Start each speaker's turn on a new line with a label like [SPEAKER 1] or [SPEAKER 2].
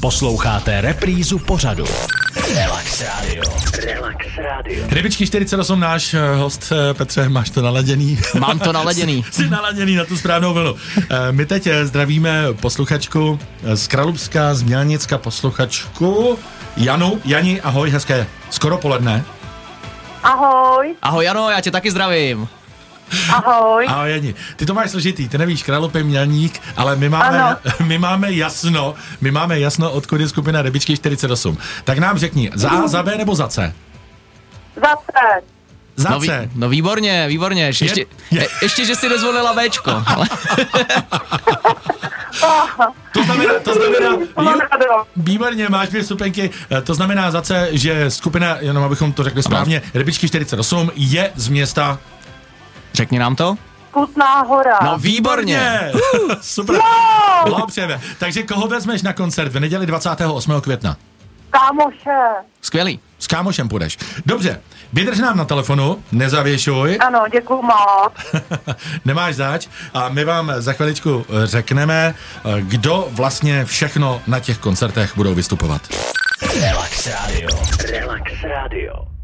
[SPEAKER 1] Posloucháte reprízu pořadu. Relax Radio.
[SPEAKER 2] Relax Radio.
[SPEAKER 3] Rybičky 48, náš eh, host eh, Petře, máš to naladěný.
[SPEAKER 4] Mám to naladěný.
[SPEAKER 3] Jsi naladěný na tu správnou vlnu. Eh, My teď eh, zdravíme posluchačku eh, z Kralupská, z Mělnicka posluchačku Janu. Jani, ahoj, hezké skoro poledne.
[SPEAKER 5] Ahoj,
[SPEAKER 4] Ahoj Jano, já tě taky zdravím.
[SPEAKER 5] ahoj.
[SPEAKER 3] Ahoj Jani, ty to máš složitý, ty nevíš Kralupy, Mělník, ale my máme,
[SPEAKER 5] Ano.
[SPEAKER 3] my máme jasno, my máme jasno, odkud je skupina Rybičky 48. Tak nám řekni, za A, za B nebo za C?
[SPEAKER 5] Zase.
[SPEAKER 3] Za
[SPEAKER 4] No, vý,
[SPEAKER 3] C.
[SPEAKER 4] no výborně, výborně. Ještě,
[SPEAKER 3] je-
[SPEAKER 4] je, ještě že jsi nezvolila Bčko. Ale,
[SPEAKER 3] To znamená, to
[SPEAKER 5] Mám
[SPEAKER 3] znamená,
[SPEAKER 5] radost.
[SPEAKER 3] Výborně, máš dvě stupenky. Eh, To znamená za C, že skupina, jenom abychom to řekli správně, Rybičky 48 je z města.
[SPEAKER 4] řekni nám to.
[SPEAKER 5] Kutná hora.
[SPEAKER 4] No výborně.
[SPEAKER 3] Ne. Super. Dobře. Takže koho vezmeš na koncert v neděli 28. května?
[SPEAKER 5] Kámoše.
[SPEAKER 4] Skvělý.
[SPEAKER 3] S kámošem půjdeš. Dobře, vydrž nám na telefonu, nezavěšuj,
[SPEAKER 5] Ano, děkuju moc.
[SPEAKER 3] nemáš zač a my vám za chviličku eh, řekneme, eh, kdo vlastně všechno na těch koncertech budou vystupovat.
[SPEAKER 1] Relax Radio.
[SPEAKER 2] Relax Radio.